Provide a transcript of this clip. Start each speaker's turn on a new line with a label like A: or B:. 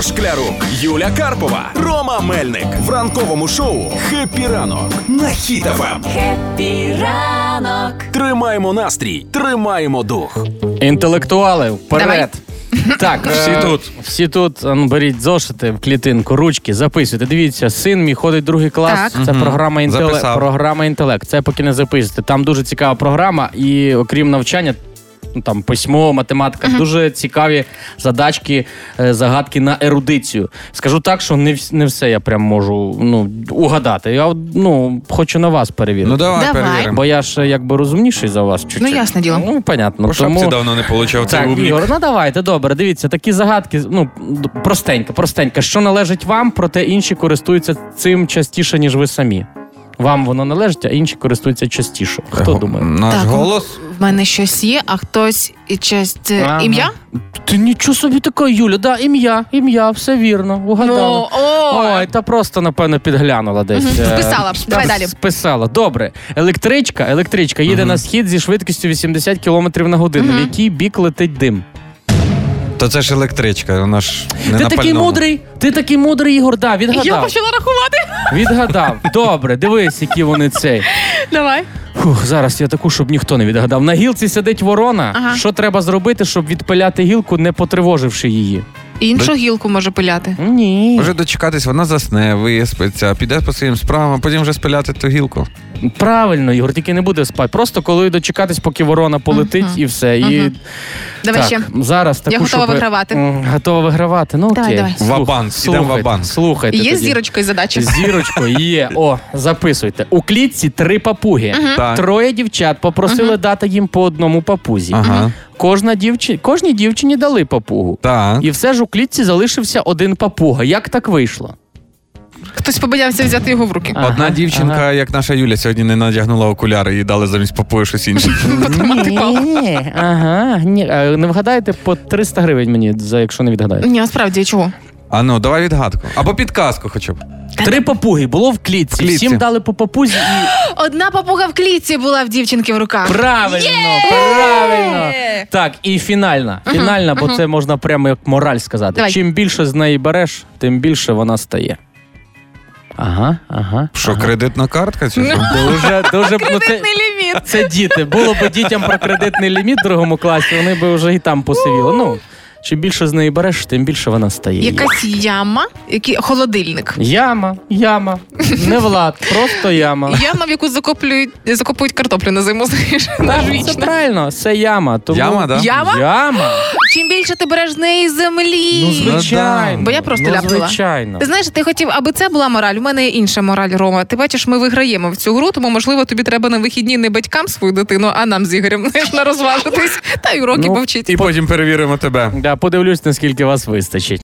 A: Шклярук, Юля Карпова, Рома Мельник в ранковому шоу «Хеппі ранок» на Хіт-ФМ.
B: Хеппі ранок.
A: Тримаємо настрій, тримаємо дух.
C: Інтелектуали, вперед. Так,
D: Всі
C: е,
D: тут.
C: Всі тут а ну, беріть зошити в клітинку, ручки, записуйте. Дивіться, син мій ходить другий клас.
D: Так.
C: Це
D: Мгм.
C: програма інтелект.
D: Записав.
C: Програма інтелект. Це поки не запишете. Там дуже цікава програма, і окрім навчання, ну, там письмо, математика, дуже цікаві задачки, е, загадки на ерудицію. Скажу так, що не, вс- не все я прям можу ну, угадати. Я ну, хочу на вас перевірити.
D: Ну давай,
E: Давай.
D: перевіримо.
C: Бо я ж е, якби розумніший за вас чуть-чуть.
E: Ну, ясне діло.
C: Ну, понятно.
D: По шапці
C: Тому...
D: давно не получав цей
C: Так,
D: облік.
C: Ігор, ну давайте, добре. Дивіться, такі загадки, ну д- простенько, простенько. Що належить вам, проте інші користуються цим частіше, ніж ви самі. Вам воно належить, а інші користуються частіше. Хто думає?
D: Наш
E: Так.
D: голос.
E: В мене щось є, а хтось і честь е,
C: Ага.
E: ім'я?
C: Ти нічого собі таке, Юля, да, ім'я, ім'я, все вірно, угадала.
E: Ну, о!
C: Ой, та просто, напевно, підглянула десь.
E: Мгм,
C: Е,
E: вписала.
C: там
E: Давай далі.
C: Вписала. Добре. Електричка, електричка їде на схід зі швидкістю 80 км на годину. В який бік летить дим?
D: То це ж електричка, вона ж не
C: ти
D: на
C: такий
D: пальному.
C: мудрий, ти такий мудрий, Ігор, да, відгадав.
E: Я почала рахувати.
C: Відгадав. Добре, дивись, які вони цей.
E: Давай.
C: Фух, зараз я таку, щоб ніхто не відгадав. На гілці сидить ворона.
E: Ага.
C: Що треба зробити, щоб відпиляти гілку, не потривоживши її?
E: Іншу гілку може пиляти.
C: Ні.
D: Може дочекатись, вона засне, виспиться, піде по своїм справам, а потім вже спиляти ту гілку.
C: Правильно, Ігор, тільки не буде спати. Просто коли дочекатись, поки ворона полетить
E: Мгм.
C: і все. І...
E: Мгм. Давай
C: так,
E: ще.
C: Зараз таку,
E: Я готова
C: щоб-
E: вигравати.
C: М, Готова вигравати. Ну,
E: Давай,
C: окей.
E: давай.
C: Слух-
D: Вабанк, ідемо
C: слухайте,
D: вабанк.
C: Слухайте.
E: Є
C: тоді.
E: зірочкою задача.
C: З Зірочкою є. О, записуйте. У клітці три папуги.
D: Так.
C: Троє дівчат попросили дати їм по одному папузі.
D: Ага.
C: Кожна дівчи... Кожній дівчині дали папугу.
D: Так.
C: І все ж у клітці залишився один папуга. Як так вийшло?
E: Хтось побоявся взяти його в руки.
C: Ага,
D: Одна дівчинка, як наша Юля, сьогодні не надягнула окуляри і дали замість попою щось інше.
C: Ні, ага, ні. Е, Не вгадаєте по 300 гривень мені, за якщо не відгадаєте.
E: Ні, а справді, чого?
D: А ну, давай відгадку. Або підказку хоча б.
C: Три папуги було в клітці.
D: клітці.
C: Всім дали по папузі. І...
E: Одна папуга в клітці була в дівчинки в руках.
C: Правильно, правильно. Так, і фінальна. Фінальна, бо це можна прямо як мораль сказати.
E: Давай.
C: Чим більше з неї береш, тим більше вона стає. Ага, ага.
D: Що, кредитна картка? Чи що?
C: Дуже, дуже ну, це,
E: ліміт.
C: це діти. Було б дітям про кредитний ліміт в другому класі, вони б вже і там посивіли. Ну, чим більше з неї береш, тим більше вона стає.
E: Якась яма, який холодильник.
C: Яма, яма. Не Влад, просто яма.
E: Яма, в яку закоплюють, закопують картоплю на зиму, знаєш, на ж
C: Це
E: вічно.
C: правильно, це яма. Тому...
D: Яма, да?
E: Яма?
C: Яма.
E: Чим більше ти береш з неї землі.
C: Ну, звичайно.
E: Бо я просто
C: ну,
E: ляпнула.
C: Звичайно.
E: Ти знаєш, ти хотів, аби це була мораль. У мене є інша мораль, Рома. Ти бачиш, ми виграємо в цю гру, тому можливо тобі треба на вихідні не батькам свою дитину, а нам з Ігорем знаєш, на розважитись та й уроки
C: Ну,
E: повчити.
D: І потім перевіримо тебе.
C: Да, подивлюсь, наскільки вас вистачить.